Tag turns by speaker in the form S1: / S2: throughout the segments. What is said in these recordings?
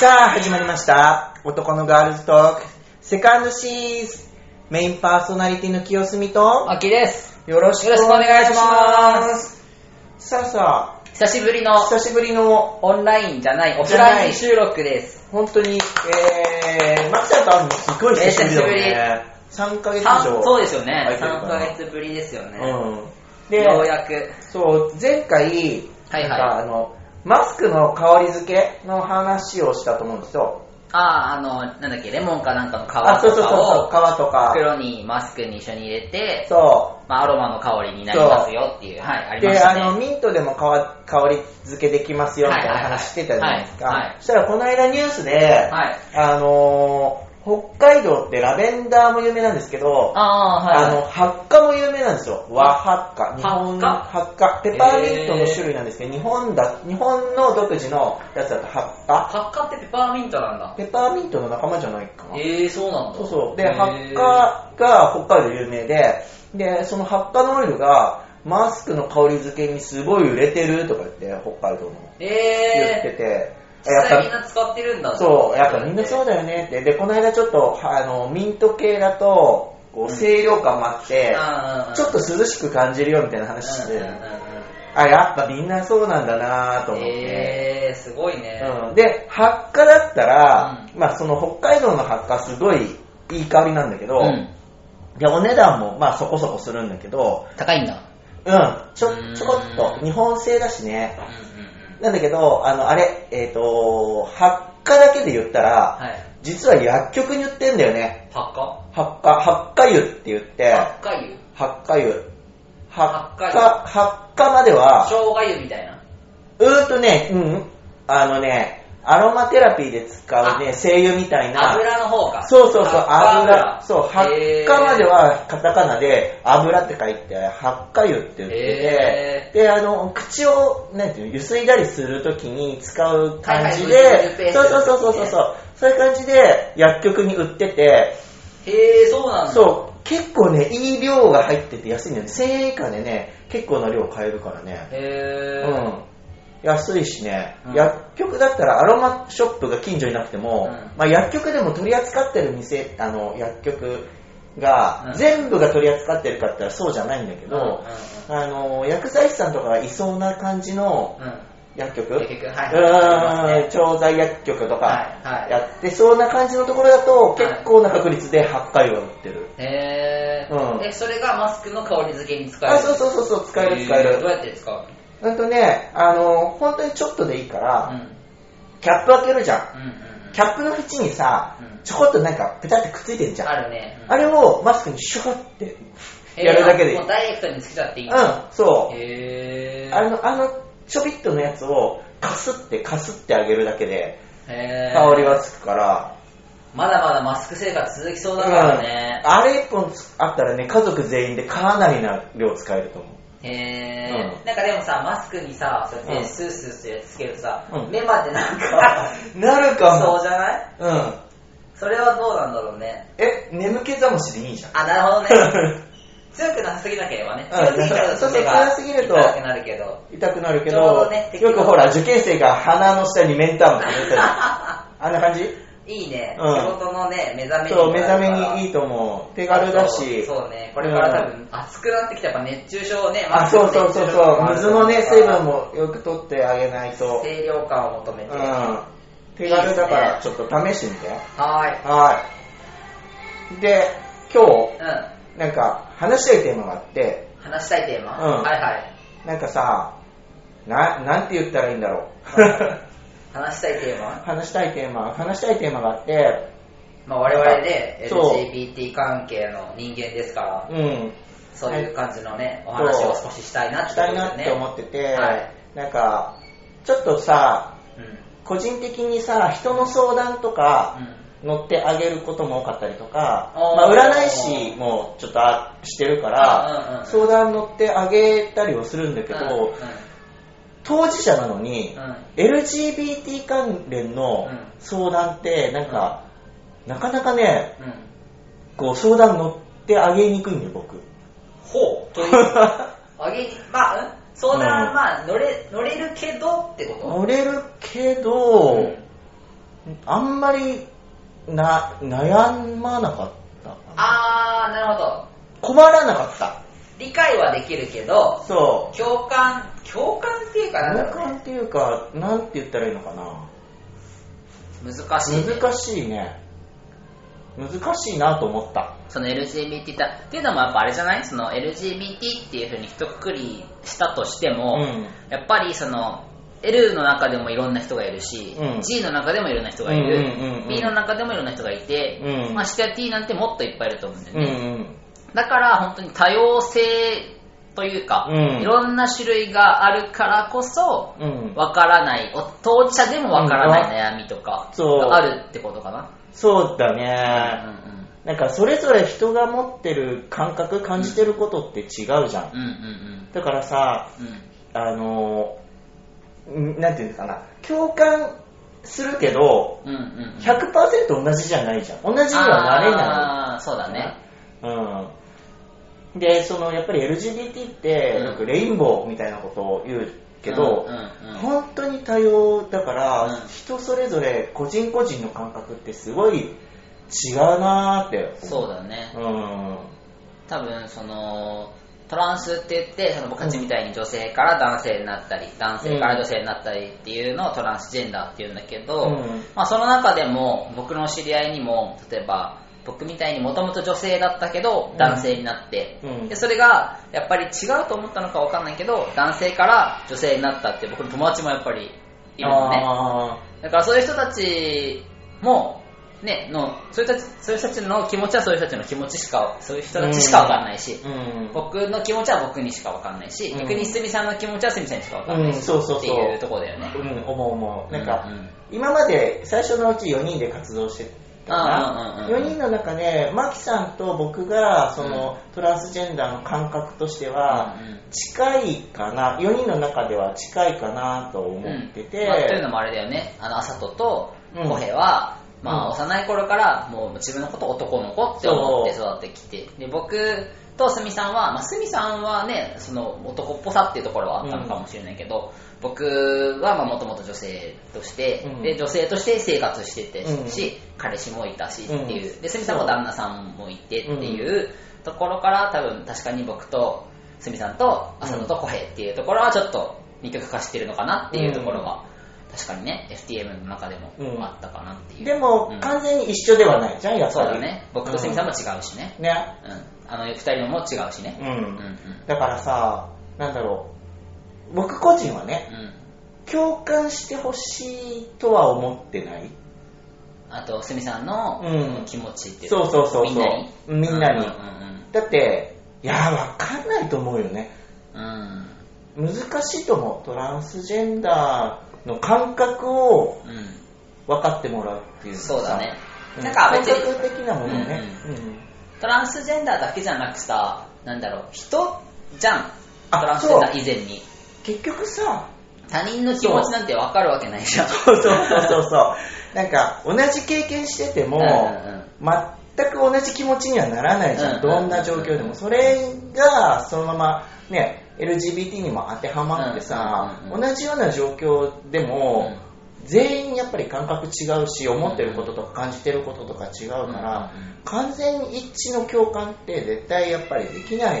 S1: さあ、始まりました。男のガールズトーク、セカンドシーズン。メインパーソナリティの清澄と、
S2: 秋です。
S1: よろしくお願いします。さあさ
S2: 久しぶりの
S1: あ、久しぶりの、
S2: オンラインじゃない、オフ
S1: じゃない
S2: ライン収録です。
S1: 本当に、えー、マキさんと会うのすごい久しぶりだよね。3ヶ月以
S2: さん
S1: 上。
S2: そうですよね
S1: 空い。てる
S2: 3
S1: から
S2: ヶ月ぶりですよね。
S1: うん。で、
S2: ようやく。
S1: そう、前回、
S2: はい
S1: なんか
S2: はい。
S1: あの、マスクの香り付けの話をしたと思うんですよ。
S2: あー、あの、なんだっけ、レモンかなんかの皮と
S1: あ、そうそうそうそう、
S2: かを
S1: 皮とか。
S2: 袋にマスクに一緒に入れて、
S1: そ
S2: まあ、アロマの香りになりますよっていう、はい、あ
S1: う。
S2: りま
S1: で、
S2: した
S1: あの、
S2: ね。
S1: ミントでも香香り付けできますよみたいな
S2: はいはいはい
S1: 話してたじゃないです
S2: はいは
S1: か
S2: い。
S1: そしたらこの間ニュースで、
S2: はい。
S1: あのー、北海道ってラベンダーも有名なんですけど、
S2: あー、
S1: あ
S2: はい
S1: の、。発火も有名なんですよ。和発火。日本
S2: 発火
S1: 発火。ペパーミントの種類なんですけど、日本だ、日本の独自のやつだと発火。
S2: 発火ってペパーミントなんだ。
S1: ペパーミントの仲間じゃないかな。
S2: えー、そうなんだ。
S1: そうそう。で、
S2: へー
S1: ハッカーが北海道有名で、で、そのハッカーのオイルが、マスクの香り付けにすごい売れてるとか言って、北海道の。言って
S2: えー、
S1: て。
S2: 実際みん
S1: やっ
S2: な使ってるん
S1: ぱ、
S2: だ。
S1: そう、やっぱみんなそうだよねって。で、この間ちょっと、あの、ミント系だと、こう、清涼感もあって、ち
S2: ち
S1: ょっと涼しく感じるよみたいな話して、
S2: う
S1: あ、やっぱみんなそうなんだなぁと
S2: んうんうんうん
S1: 思って。
S2: えー、すごいね。
S1: うん、で、発火だったら、まあその北海道の発火すごいいい香りなんだけど、
S2: うん
S1: で、お値段もまあそこそこするんだけど、
S2: 高いんだ。
S1: うん、ち
S2: うー
S1: ょ、
S2: ん
S1: ちょこっと、日本製だしね
S2: う。んうんうん。
S1: なんだけど、あの、あれ、えっ、と、発火だけで言ったら、
S2: はい。
S1: 実は薬局に売ってんだよね。
S2: ハッカ
S1: 発火、発火湯って言って、
S2: ハッカ湯
S1: 発火湯。発火、
S2: 発火湯
S1: 発火までは、
S2: 生姜湯みたいな。
S1: うーんとね、うん、あのね、アロマテラピーで使うね、精油みたいな、
S2: 油の方か。
S1: そうそうそう、
S2: ハ
S1: 油、
S2: ッカ
S1: そう、発火まで。はカタカナで、油って書いて、発火油って言ってて、で、あの、口を、なんていうの、ゆすいだりするときに使う感じ
S2: はいはいゆすい
S1: で、
S2: で
S1: そうそうそうそうそう、そういう感じで薬局に売ってて、
S2: へーへー、そうなんだ。
S1: そう、結構ね、いい量が入ってて安いんだよね。1000円以下でね、結構な量買えるからね。
S2: へー。
S1: うん、安いしね、
S2: うん
S1: 薬局だったらアロマショップが近所になくても、
S2: うん
S1: まあ、薬局でも取り扱ってる店あの薬局が、
S2: うん
S1: 全部が取り扱ってるかって言ったらそうじゃないんだけ
S2: うんうんうん
S1: ど、あの薬剤師さんとかがいそうな感じの
S2: うん
S1: 薬局、
S2: 結局、はい。あり
S1: うー
S2: ま
S1: ん
S2: すね
S1: 調剤薬局とか
S2: はいはい
S1: やってそうな感じのところだと
S2: はい
S1: 結構な確率で8回は売ってる、
S2: へ
S1: うん
S2: ー。で、それがマスクの香り付けに使える。
S1: あそうそうそうそう使える使え
S2: へーどう
S1: る
S2: やって使う
S1: うんとねあの本当にちょっとでいいか
S2: うん
S1: ら、キャップ開けるじゃん
S2: うんうんうん
S1: キャップの縁にさ
S2: うん、
S1: ちょこっとなんか、ペタってくっついてんじゃん。
S2: あるね。うん
S1: あれをマスクにシュフって
S2: えー
S1: やるだけでいい。う、
S2: もうんダイレクトにつけちゃっていい
S1: そう。
S2: へー
S1: あの、あの、ちょびっとのやつを、かすって、かすってあげるだけで、
S2: へー
S1: 香りはつくから。
S2: まだまだマスク生活続きそううんだからね、
S1: あれ一本つあったらね、家族全員でかなりな量使えると思う。
S2: へー、
S1: うん
S2: なんかでもさマスクにさそうや
S1: うん
S2: ってスースースーつけるとさ、
S1: うん
S2: 目までなんか
S1: なるか
S2: そう
S1: も。
S2: じゃない
S1: うん。
S2: それはどうなんだろうね
S1: え、眠気覚ましでいい じゃん。
S2: あなるほど ね強くなさすぎなければね
S1: うん
S2: 強すぎちゃう
S1: そ
S2: と
S1: うそう
S2: 目が
S1: 強すぎると
S2: 痛くなるけど
S1: 痛くなるけ
S2: ちょう
S1: ど、
S2: どね適当
S1: よくほら、受験生が鼻の下にメンターも入れ たり。あんな感じ
S2: いいね、
S1: うん
S2: 仕事のね目覚めに
S1: そう、
S2: も
S1: 目
S2: なる
S1: 覚
S2: から
S1: めにいいと思う。手軽だし。
S2: そうそうねこれから多分暑くなってきたらやっぱ熱中症ね
S1: あ、
S2: マスク
S1: そ
S2: の
S1: うそうそう
S2: 熱中症とか
S1: そ
S2: も
S1: う。
S2: ある
S1: 水もね、
S2: から
S1: 水分もよく取ってあげないと。うん。
S2: 清涼感を求めて、
S1: 手軽だか
S2: いい
S1: ら、
S2: で
S1: ちょっと試してみて。
S2: は
S1: はい。で、今
S2: ーいうん
S1: 日、なんか、話したいテーマがあって、
S2: 話したいテーマ、
S1: うん
S2: はいはい
S1: なんかさ、な、なんて言ったらいいんだろ
S2: 話したいテー
S1: う。
S2: マ、
S1: 話したいテーマ、話したいテーマがあって、
S2: まあ、我々で
S1: そう
S2: LGBT 関係の人間ですから
S1: うん、
S2: そういう感じのねお話を少ししたいなって
S1: したい
S2: こと
S1: な
S2: で
S1: っ
S2: ね
S1: て思ってて
S2: はい、
S1: なんか、ちょっとさ、
S2: うん
S1: 個人的にさ、人の相談とか、
S2: うん
S1: 乗ってあげることも多かったりとか、
S2: お
S1: ま
S2: ー
S1: あ、占い師もちょっとあしてるから、
S2: うんうんうん
S1: 相談乗ってあげたりをするんだけど、
S2: う
S1: 当事者なのに、
S2: んうんうん
S1: LGBT 関連の
S2: うん
S1: 相談ってなんか、なかなかね
S2: うん
S1: こう相談乗ってあげにくいんだよ 僕
S2: ほうと いうあげにまあ、うん、相談はまあ乗れ乗れるけどってこと
S1: 乗れるけど、
S2: うん
S1: あんまりな悩まなかった
S3: あー、なるほど。
S1: 困らなかった
S3: 理解はできるけど、
S1: そう
S3: 共感、共感っていうかなんだ
S1: 共
S3: ろう
S1: 感っ
S3: ね。
S1: ていうかなんて言ったらいいのかな
S3: 難しい、ね。
S1: 難しいね難しいなと思った
S2: その LGBT だっていうのもやっぱあれじゃないその LGBT っていうふうに一括りしたとして
S1: う
S2: も、
S1: ん
S2: やっぱりその L の中でもいろんな人がいるし、
S1: うん
S2: G の中でもいろんな人がいる、
S1: うんうんうんうん
S2: B の中でもいろんな人がいて、
S1: うん
S2: まあ、下 T なんてもっといっぱいいると思うんだよ
S1: う
S2: ね、
S1: ん
S2: だから本当に多様性というか、
S1: うん
S2: いろんな種類があるからこそ
S1: うんうん
S2: わからないお当事者でもわからない悩みとか
S1: そう
S2: があるってことかな、
S1: そうだ
S2: うん
S1: ねなんかそれぞれ人が持ってる感覚感じてることって違うじゃん
S2: うんうんうん
S1: だからさ
S2: うんうん
S1: あのんなんていうのかな共感するけど
S2: うんうんうん
S1: 100%同じじゃないじゃん同じにはなれない
S2: あーそうだね。
S1: うん、でそのやっぱり LGBT って
S2: うん
S1: よくレインボーみたいなことを言うけど、
S2: うんうんうん
S1: 本当に多様だから、
S2: うん
S1: 人それぞれ個人個人の感覚ってすごい違うなーって
S2: そう
S1: う
S2: だね。
S1: うん
S2: 多分、その、トランスって言って、その僕たちみたいに女性から男性になったり、男性から女性になったりっていうのをトランスジェンダーって言うんだけど、
S1: うん
S2: まあその中でも、僕の知り合いにも、例えば、僕みたいにもともと女性だったけど
S1: うん、
S2: 男性になって、
S1: うん
S2: でそれが、やっぱり違うと思ったのかわかんないけど、男性から女性になったっていう僕の友達もやっぱりいるのね。
S1: あ
S2: だからそういう人たちも、ね、のそういう人たちそういう人たちの気持ちはそういう人たちの気持ちしか、そういう人たちしか分かんないし、
S1: ーうん
S2: 僕の気持ちは僕にしか分かんないし、
S1: うん
S2: 逆に鷲見さんの気持ちは鷲見さんにしか分かんないし、
S1: うんそうそうそう
S2: っていうところだよね。
S1: うん、思う思う。なんか、
S2: うんうん
S1: 今まで最初のうち4人で活動してたか
S2: うん
S1: な。
S2: うんうんうん
S1: 4人の中で、マキさんと僕が、その、トランスジェンダーの感覚としては、
S2: うんうん
S1: 近いかな、4人の中では近いかなと思って
S2: うんまあという
S1: て
S2: の、もあれだよね、あの、あさとと
S1: うん
S2: コヘは、
S1: う
S2: まあ、
S1: ん
S2: 幼い頃からもう自分のこと男の子って思って育ってきて、で、僕とすみさんは、まあ、すみさんはね、その男っぽさっていうところはあったのかもしれないけど、僕はまあもともと女性として、
S1: うん
S2: で、女性として生活してて
S1: うん
S2: し、彼氏もいたしっていう、
S1: うん
S2: で、すみさんも旦那さんもいてっていうところから、多分確かに僕と、すみさんと浅野と小平っていうところはちょっと二極化してるのかなっていうところが、確かにね FTM の中でも
S1: うん
S2: あったかなっていう、
S1: でも、
S2: うん
S1: 完全に一緒ではないじゃん、やっぱ
S2: そう
S1: り。
S2: だね僕とすみさんも違うしね、
S1: うんね。
S2: うんあの二人のも違うしね
S1: う。
S2: うんうんん
S1: だからさ、なんだろう。僕個人はね、
S2: うん
S1: 共感してほしいとは思ってない。
S2: あとすみさんの
S1: うん
S2: 気持ちっていう
S1: そうそうそうそう。
S2: みんなに
S1: みんなに
S2: うんうん
S1: だって、いやー、わかんないと思うよね。
S2: うん
S1: 難しいと思う。トランスジェンダーの感覚を
S2: うんうん
S1: 分かってもらうっていう。
S2: そうだね
S1: さ。
S2: なんか別に
S1: 感覚的なものね。
S2: トランスジェンダーだけじゃなくさなんだろう人じゃん
S1: あ
S2: トランスジェンダー以前に
S1: 結局さ、
S2: 他人の気持ちなんて分かるわけないじゃん
S1: そうそうそうそうそう。 なんか、同じ経験してても、
S2: うんうん
S1: 全く同じ気持ちにはならないじゃん。
S2: うんうんうん
S1: どんな状況でも。それが、そのまま、ね、LGBT にも当てはまってさ、
S2: うんうんうん
S1: 同じような状況でも、全員やっぱり感覚違うし思ってることとか感じてることとか違うから、
S2: うんうんうん
S1: 完全に一致の共感って絶対やっぱりできないんだよ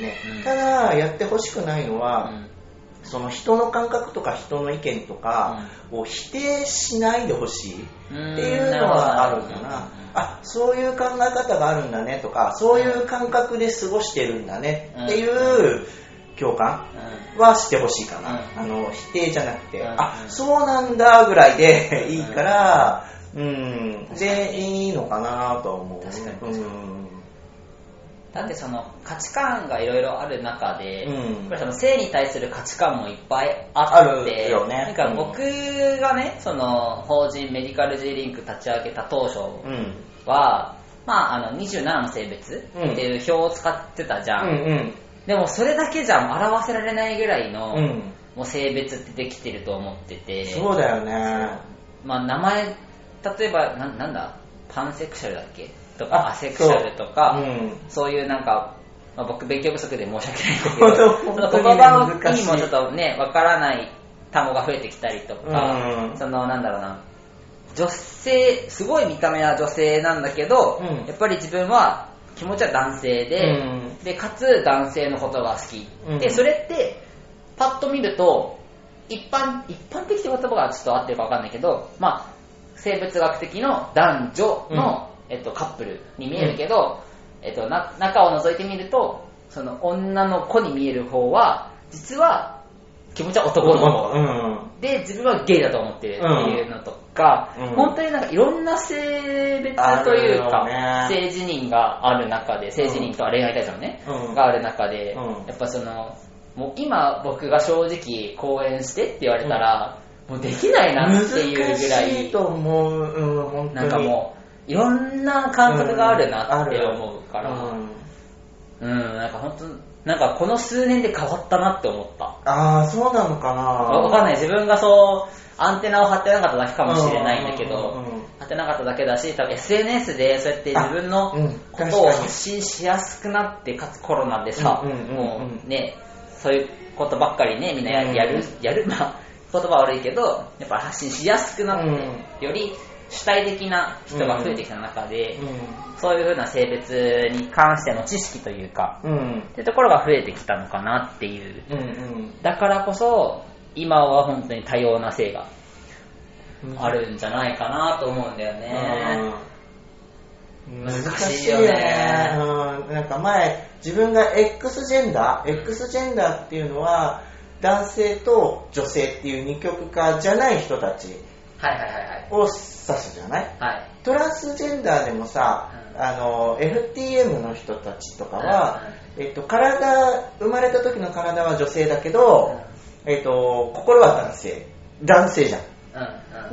S1: ね、
S2: うん
S1: ただやってほしくないの
S2: うん
S1: は、
S2: うん
S1: その人の感覚とか人の意見とかを否定しないでほしいっていうのはあるかなあそういう考え方があるんだねとかそういう感覚で過ごしてるんだねっていう共感はしてほしいかな、あの否定じゃなくて、
S2: うん
S1: あ
S2: うん
S1: そうなんだぐらいでいいから、うん、全員いいのかなとは思う。
S2: 確かに
S1: うん、
S2: だってその価値観がいろいろある中で、
S1: うん
S2: やっぱりその性に対する価値観もいっぱいあ
S1: ある
S2: って
S1: よね
S2: なんか僕がねその法人メディカル G リンク立ち上げた当初
S1: うん、
S2: は、まあ、あの27の性別っていう表を使ってたじゃん、
S1: うん、
S2: でもそれだけじゃ表せられないぐらいの、
S1: うん、うん、
S2: もう性別ってできてると思ってて
S1: そうだよね。
S2: まあ、名前例えばななんだパンセクシャルだっけとかアセクシャルとか
S1: う
S2: そう,、
S1: ん、
S2: いうなんか、まあ、僕勉強不足で申し訳ないんだけ
S1: 本当
S2: ど
S1: 本
S2: そ
S1: 当に
S2: の言葉の
S1: 難
S2: 意
S1: しい
S2: 味もちょっとねわからない単語が増えてきたりとか、
S1: うん
S2: そのなんだろうな女性すごい見た目は女性なんだけど、
S1: うん
S2: やっぱり自分は気持ちは男性で,、
S1: うん
S2: でかつ男性のことが好き、
S1: うん
S2: でそれってパッと見ると一般一般的って言葉がちょっと合ってるか分かんないけど、まあ、生物学的の男女の、えっと、カップルに見えるけど、えっと、な中を覗いてみるとその女の子に見える方は実は気持ちは男の方、
S1: うん
S2: で自分はゲイだと思ってるっていうのとか、
S1: うん
S2: 本当になんかいろんな性別というか、
S1: あるよ
S2: 性自認がある中で性自認とは恋愛対象のね、
S1: うん
S2: がある中で、
S1: うん
S2: やっぱそのもう今僕が正直講演してって言われたら、もうできないな
S1: 難
S2: っていうぐらい
S1: しいと思う、うん、本当に
S2: なんかもういろんな感覚があるなって
S1: うんある
S2: 思うから、
S1: う
S2: うん
S1: ん
S2: なんか本当なんかこの数年で変わったなって思った。
S1: ああそうなのかな
S2: わわかんない自分がそうアンテナを張ってなかっただけかもしれないんだけ
S1: うん
S2: ど
S1: うんうん
S2: 張ってなかっただけだし多分 SNS でそうやって自分の
S1: あうん
S2: ことを
S1: 確かに
S2: 発信しやすくなってかつコロナでさ
S1: うんうんうんうん
S2: もうねそういうことばっかりねみんなや
S1: うん
S2: やるやるまあ言葉は悪いけどやっぱ発信しやすくなってより主体的な人が増えてきた中でそういう風な性別に関しての知識というか
S1: うんうん
S2: っていうところが増えてきたのかなっていう
S1: うん
S2: だからこそ今は本当に多様な性が
S1: うん
S2: あるんじゃないかなと思うんだよね、
S1: うん
S2: 難
S1: 難
S2: し
S1: し
S2: い
S1: い
S2: よ
S1: よ
S2: ね
S1: ね、うん、なんか前自分が X ジェンダー X ジェンダーっていうのは男性と女性っていう二極化じゃない人たち
S2: はいはいはいはい
S1: を指すじゃない
S2: はい
S1: トランスジェンダーでもさ、
S2: うん
S1: あの FTM の人たちとかは、えっと、体生まれた時の体は女性だけど、えっと、心は男性男性じゃん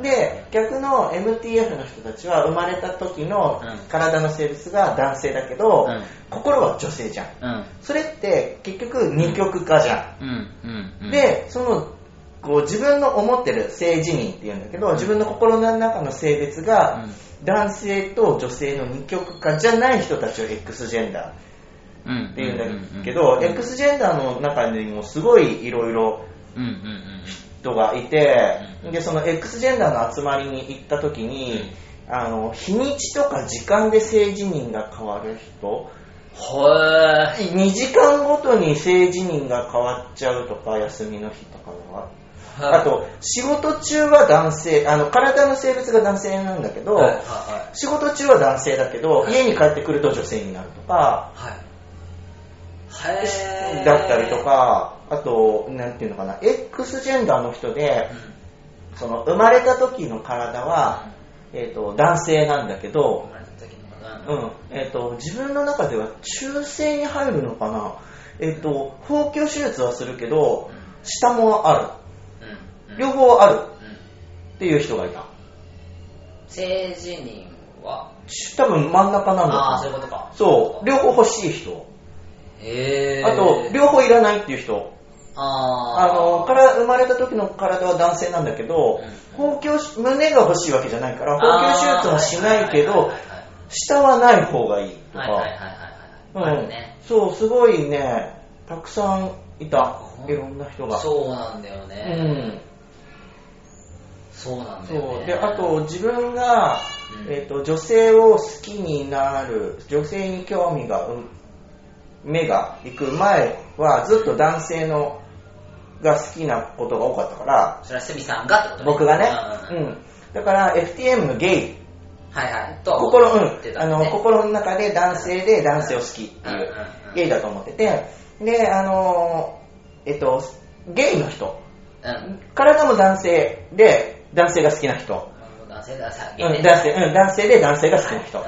S2: うんうん
S1: で逆の MTF の人たちは生まれた時の
S2: うん
S1: 体の性別が男性だけど、
S2: うん
S1: 心は女性じゃん
S2: うん
S1: それって結局二極化じゃ
S2: うんうん
S1: ん、
S2: うん
S1: でそのこう自分の思ってる性自認っていうんだけど自分の心の中の性別が男性と女性の二極化じゃない人たちを X ジェンダー
S2: うん
S1: っていうんだけ
S2: う
S1: ど
S2: んうんうん
S1: X ジェンダーの中にもすごいいろいろ
S2: うんうん
S1: 人がいて
S2: うん
S1: でその X ジェンダーの集まりに行った時に、あの日にちとか時間で性自認が変わる人
S2: ほえ
S1: 2時間ごとに性自認が変わっちゃうとか休みの日とかはあと仕事中は男性あの体の性別が男性なんだけど、
S2: はいは
S1: 仕事中は男性だけど
S2: はい
S1: 家に帰ってくると女性になるとか
S2: いはいはいへー
S1: だったりとかあとなんていうのかな X ジェンダーの人でその生まれた時の体はえー、と男性なんだけ
S2: 生
S1: ど、
S2: まれた時の方
S1: う
S2: が
S1: んえー、と自分の中では中性に入るのかな、えー、と包茎手術はするけど下もあ
S2: うんうん
S1: る
S2: うん
S1: 両方ある
S2: うん
S1: っていう人がいた
S2: 性自認は
S1: ち多分真ん中なんだ
S2: あ
S1: と
S2: あそういう
S1: 思
S2: ことか
S1: うそう両方欲しい人
S2: へえ
S1: あと両方いらないっていう人あ
S2: あー
S1: のから生まれた時の体は男性なんだけど
S2: うん
S1: 包茎し胸が欲しいわけじゃないから包茎手術もしないけ
S2: はいはい
S1: ど
S2: はい
S1: 下はない方がいいと
S2: はいはいはいは
S1: か
S2: いはいはいはいあるね
S1: そう、すごいね、たくさんいた、いろんな人が。
S2: そうなんだよ
S1: う
S2: ね、
S1: ん、
S2: そうなんだよね
S1: そうであと自分が、
S2: うん
S1: えー、と女性を好きになる女性に興味がうん目が行く前はずっと男性のが好きなことが多かったから
S2: それは鷲見さんがってこと
S1: 僕がね、
S2: う
S1: うんんだから FTM のゲイ
S2: はいはいとは思
S1: 心,、う
S2: って
S1: ん、
S2: た
S1: あ
S2: んだ
S1: の
S2: ね
S1: 心の中で男性で男性を好きって
S2: うんうん
S1: いううんゲイだと思っててであのえっとゲイの人
S2: うん
S1: 体も男性で男性が好きな人、
S2: 男性ださ
S1: うん男性うん、男性で男性が好きな人
S2: う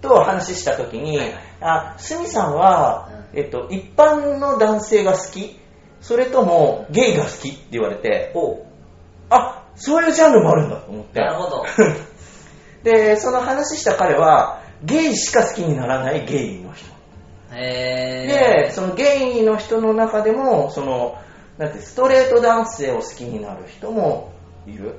S1: と話した時に、
S2: はいはい
S1: あスミさんは、
S2: う
S1: えっと、一般の男性が好きそれともゲイが好きって言われて
S2: おう
S1: あそういうジャンルもあるんだと思って
S2: なるほど
S1: でその話した彼はゲイしか好きにならないゲイの人
S2: へ
S1: で
S2: え
S1: そのゲイの人の中でもそのなんてストレート男性を好きになる人もいる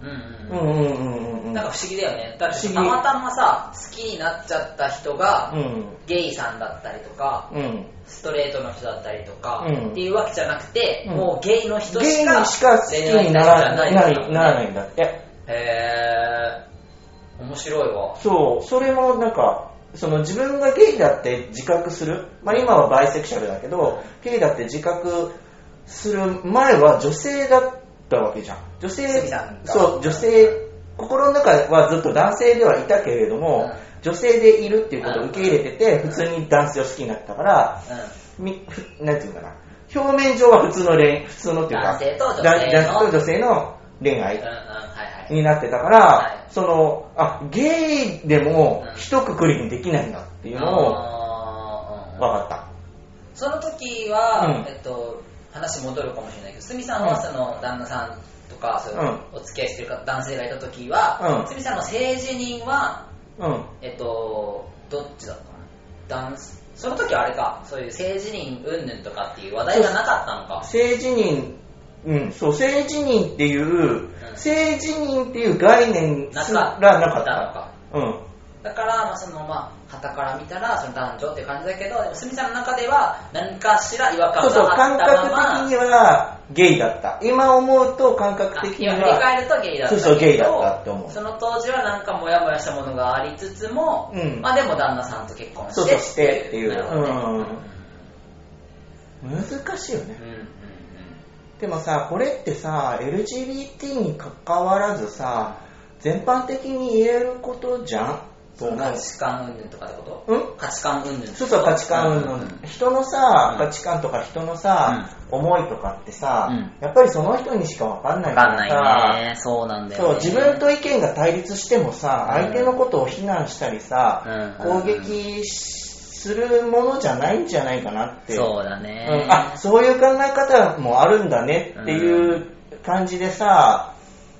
S2: うん
S1: うん
S2: うん
S1: うんうんう
S2: うんんなんか不思議だよねだっ
S1: 不
S2: て
S1: 思議
S2: たまたまさ好きになっちゃった人が
S1: うん
S2: ゲイさんだったりとか
S1: うん
S2: ストレートの人だったりとか
S1: うん
S2: っていうわけじゃなくて
S1: うん
S2: もうゲイの人
S1: ゲ
S2: し
S1: イ
S2: か
S1: にしか好きにならないならないんだって
S2: へえ面白いわ
S1: そうそれもなんかその自分がゲイだって自覚する、まあ、今はバイセクシャルだけどゲイだって自覚する前は女性だったわけじゃん女
S3: 鷲
S1: 性
S3: 見さんが
S1: そう女性心の中はずっと男性ではいたけれども、女性でいるっていうことを受け入れてて、普通に男性を好きになったから、みふなんていうのかな表面上は普通の恋普通のっていうか
S2: 男性と女性の
S1: 男男性と女性の恋
S2: うん
S1: 愛
S2: うんはいはい
S1: になってたから、そのあゲイでも
S2: うん
S1: 一括りにできないんだっていうのを
S2: あ
S1: 分
S2: ー
S1: かった
S3: その時は、
S1: うん
S3: えっと、話戻るかもしれないけど、すみさんは
S1: うん
S3: その旦那さんとか、そういう
S1: う
S3: お付き合いしてるか男性がいた時は
S1: う、ん
S3: すみさんの性自認は、
S1: うん
S3: えっと、どっちだったかな男その時はあれか、そういう性自認云々とかっていう話題がなかったのか。
S1: 性自認うん、そう性自認っていう、
S3: ん
S1: 性自認っていう概念すらな
S3: な
S1: か
S3: の
S1: っ
S3: か。
S1: たうん
S3: だから、まあ、その、まあ、旗から見たら、その男女って感じだけど、でも、すみさんの中では、何かしら違和
S1: そ
S3: 感
S1: うそう
S3: があ
S1: 感
S3: っ
S1: 覚
S3: たまま、
S1: 的にはゲイだった今思うと感覚
S3: あ
S1: 的に
S3: 今振り
S1: は
S3: 返るとゲイだったけど
S1: そうそうゲイだったって思う
S3: その当時はなんかモヤモヤしたものがありつつも、
S1: うん
S3: まあでも旦那さんと結婚して
S1: そうそうしてっていう
S3: なるほどね
S1: うん
S3: うんうん
S1: 難しいよね
S3: うんうん
S1: でもさこれってさ LGBT に関わらずさ全般的に言えることじゃんと
S3: そ
S1: 思
S3: の
S1: う
S3: 価値観云々とかってこと
S1: うん
S3: 価値観云々ってこと
S1: そうそう価値観
S3: うんう
S1: の
S3: ん
S1: 人のさ
S2: うん
S1: 価値観とか人のさ思いとかってさ
S2: うん
S1: やっぱりその人にしか分かんない
S2: 分
S1: か
S2: かん
S1: ら
S2: ない
S1: さ
S2: ねそうなんだ
S1: そ
S2: よ
S1: う
S2: ね
S1: 自分と意見が対立してもさ
S2: うん
S1: 相手のことを非難したりさ
S2: うん
S1: 攻撃するものじゃないんじゃないかなって
S2: そうだね
S1: うんあそういう考え方もあるんだねっていう感じでさ、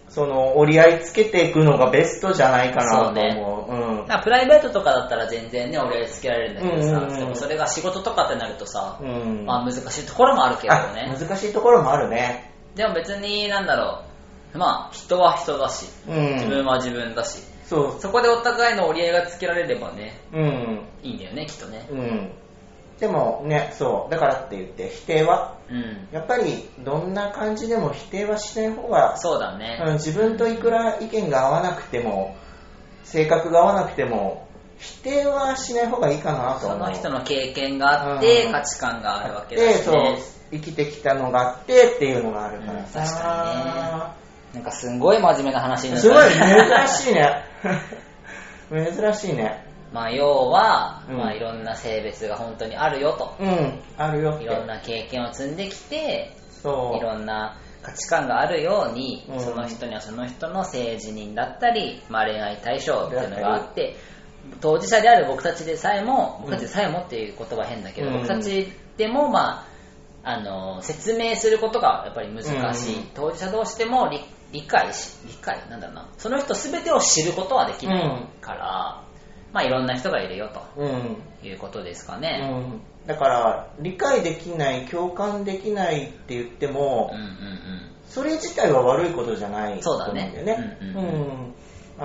S1: その折り合いつけていくのがベストじゃないかなと思う。うん
S2: なんかプライベートとかだったら全然ね折り合いつけられるんだけどさ、
S1: うんうんうん
S2: でもそれが仕事とかってなるとさ、
S1: うん
S2: まあ難しいところもあるけど
S1: あ
S2: ね
S1: 難しいところもあるね。
S2: でも別になんだろうまあ人は人だし
S1: う
S2: 自分
S1: ん。
S2: は自分だし、
S1: そう。
S2: そこでお互いの折り合いがつけられればね
S1: うん。
S2: いいんだよねきっとね
S1: うん。でもね、そう。だからって言って否定は、
S2: うん
S1: やっぱりどんな感じでも否定はしない方が、
S2: そうだね、
S1: うん、自分といくら意見が合わなくても、性格が合わなくても、否定はしない方がいいかなと
S2: そ
S1: 思う。
S2: の人の経験があって、
S1: うん
S2: 価値観があるわけだ
S1: で、
S2: し
S1: そう
S2: ね
S1: 生きてきたのがあってっていうのがあるからさ、
S2: うん確かなんかすごい真面目な話になっ
S1: すごい
S2: た
S1: 珍しいね珍しいね
S2: まあ要は、
S1: うん
S2: まあ、いろんな性別が本当にあるよと
S1: うんあるよって
S2: いろんな経験を積んできてい
S1: そう
S2: ろんな価値観があるように、
S1: うん
S2: その人にはその人の性自認だったり、まあ、恋愛対象っていうのがあって当事者である僕たちでさえも僕たちでさえもっていう言葉は変だけど、
S1: うん
S2: 僕たちでも、まあ、あの説明することがやっぱり難しい、
S1: うん
S2: 当事者同士でも理理解し理解なんだろうなその人全てを知ることはできないから、まあ、いろんな人がいるよ
S1: うん、
S2: ということですか
S1: う
S2: ね。
S1: ん、だから理解できない共感できないって言っても、
S2: うんうんうん
S1: それ自体は悪いことじゃない
S2: そうだね
S1: と思うんだよね
S2: うんう
S1: う
S2: ん
S1: ん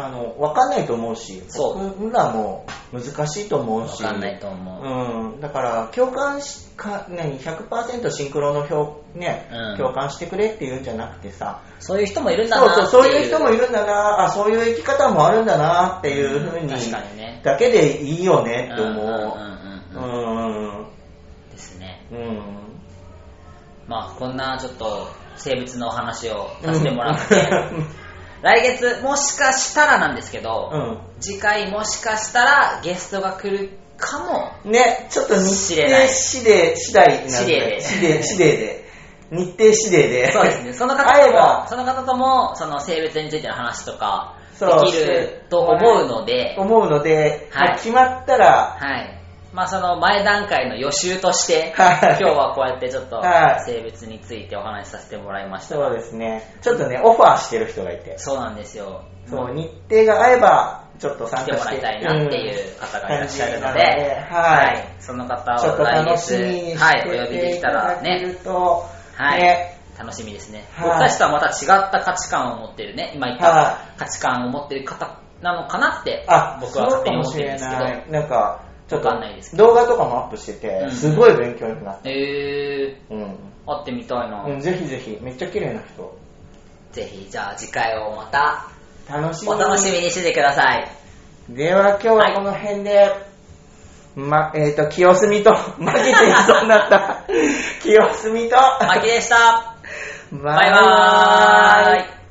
S1: あの分かんないと思うし
S2: そう
S1: 僕らも難しいと思う
S2: わ
S1: し
S2: かんないと思う、
S1: うん、だから共感しか何100%シンクロの表、ね
S2: うん
S1: 共感してくれっていうんじゃなくてさ
S2: そういう人もいるんだ
S1: そう
S2: なって
S1: そうそういう人もいるんだなあそういう生き方もあるんだなっていうふうに,、
S2: 確かにね
S1: だけでいいよねって
S2: うんうん
S1: 思うう
S2: うんうん
S1: ん
S2: ですね
S1: うん
S2: まあこんなちょっと生物のお話をさせてもらって、 来月もしかしたらなんですけど、
S1: う
S2: 次回もしかしたらゲストが来るかも
S1: んねちょっと日
S2: 知れな
S1: 程
S2: い
S1: 次第次第なん
S2: 次第で
S1: 次第次第で日程次第で
S2: そうですねその方
S1: 会え
S2: とも
S1: ば
S2: その方ともその性別についての話とか
S1: そう
S2: できると思うので、
S1: 思うので、
S2: はい
S1: まあ決まったら
S2: はい。まあその前段階の予習として、
S1: はい
S2: 今日はこうやってちょっと
S1: はい
S2: 性別についてお話しさせてもらいました。
S1: そうですねちょっとねオファーしてる人がいて
S2: そうなんですよ。
S1: そ
S2: も
S1: う、日程が合えば、ちょっと参
S2: 来て
S1: 加
S2: も
S1: し
S2: ら
S1: て
S2: いたいなっていう方がいらっしゃ
S1: う
S2: るので、
S1: ん感じなのではい
S2: その方
S1: うんちょっ
S2: を
S1: と
S2: 来
S1: 楽しみにし
S2: 月、
S1: て
S2: はい、お呼びできたら
S1: いただけ
S2: ね、
S1: ると、
S2: はい
S1: ね
S2: 楽しみですね。
S1: はい
S2: 僕たちとはまた違った価値観を持ってるね、今言った
S1: は
S2: 価値観を持ってる方なのかなって
S1: あ、、
S2: 僕は
S1: そう
S2: 勝手
S1: か
S2: に
S1: も
S2: 思っ
S1: して
S2: るん
S1: れ
S2: ですけ
S1: ない。なんか、ちょっ
S2: わかんないです
S1: と動画とかもアップして
S2: うん
S1: て、すごい勉強になっ
S2: ど、え
S1: た。うん。
S2: ー、会ってみたいな。
S1: うんぜひぜひ、めっちゃ綺麗な人。
S2: ぜひ、じゃあ次回をまた
S1: 楽しみ
S2: お
S1: に
S2: 楽しみにしててください。
S1: では今日はこの辺で、ま、えっ、と、清澄と、 負けていそうになった、清澄と、
S2: マキでした。
S1: バ
S2: バイバーイ。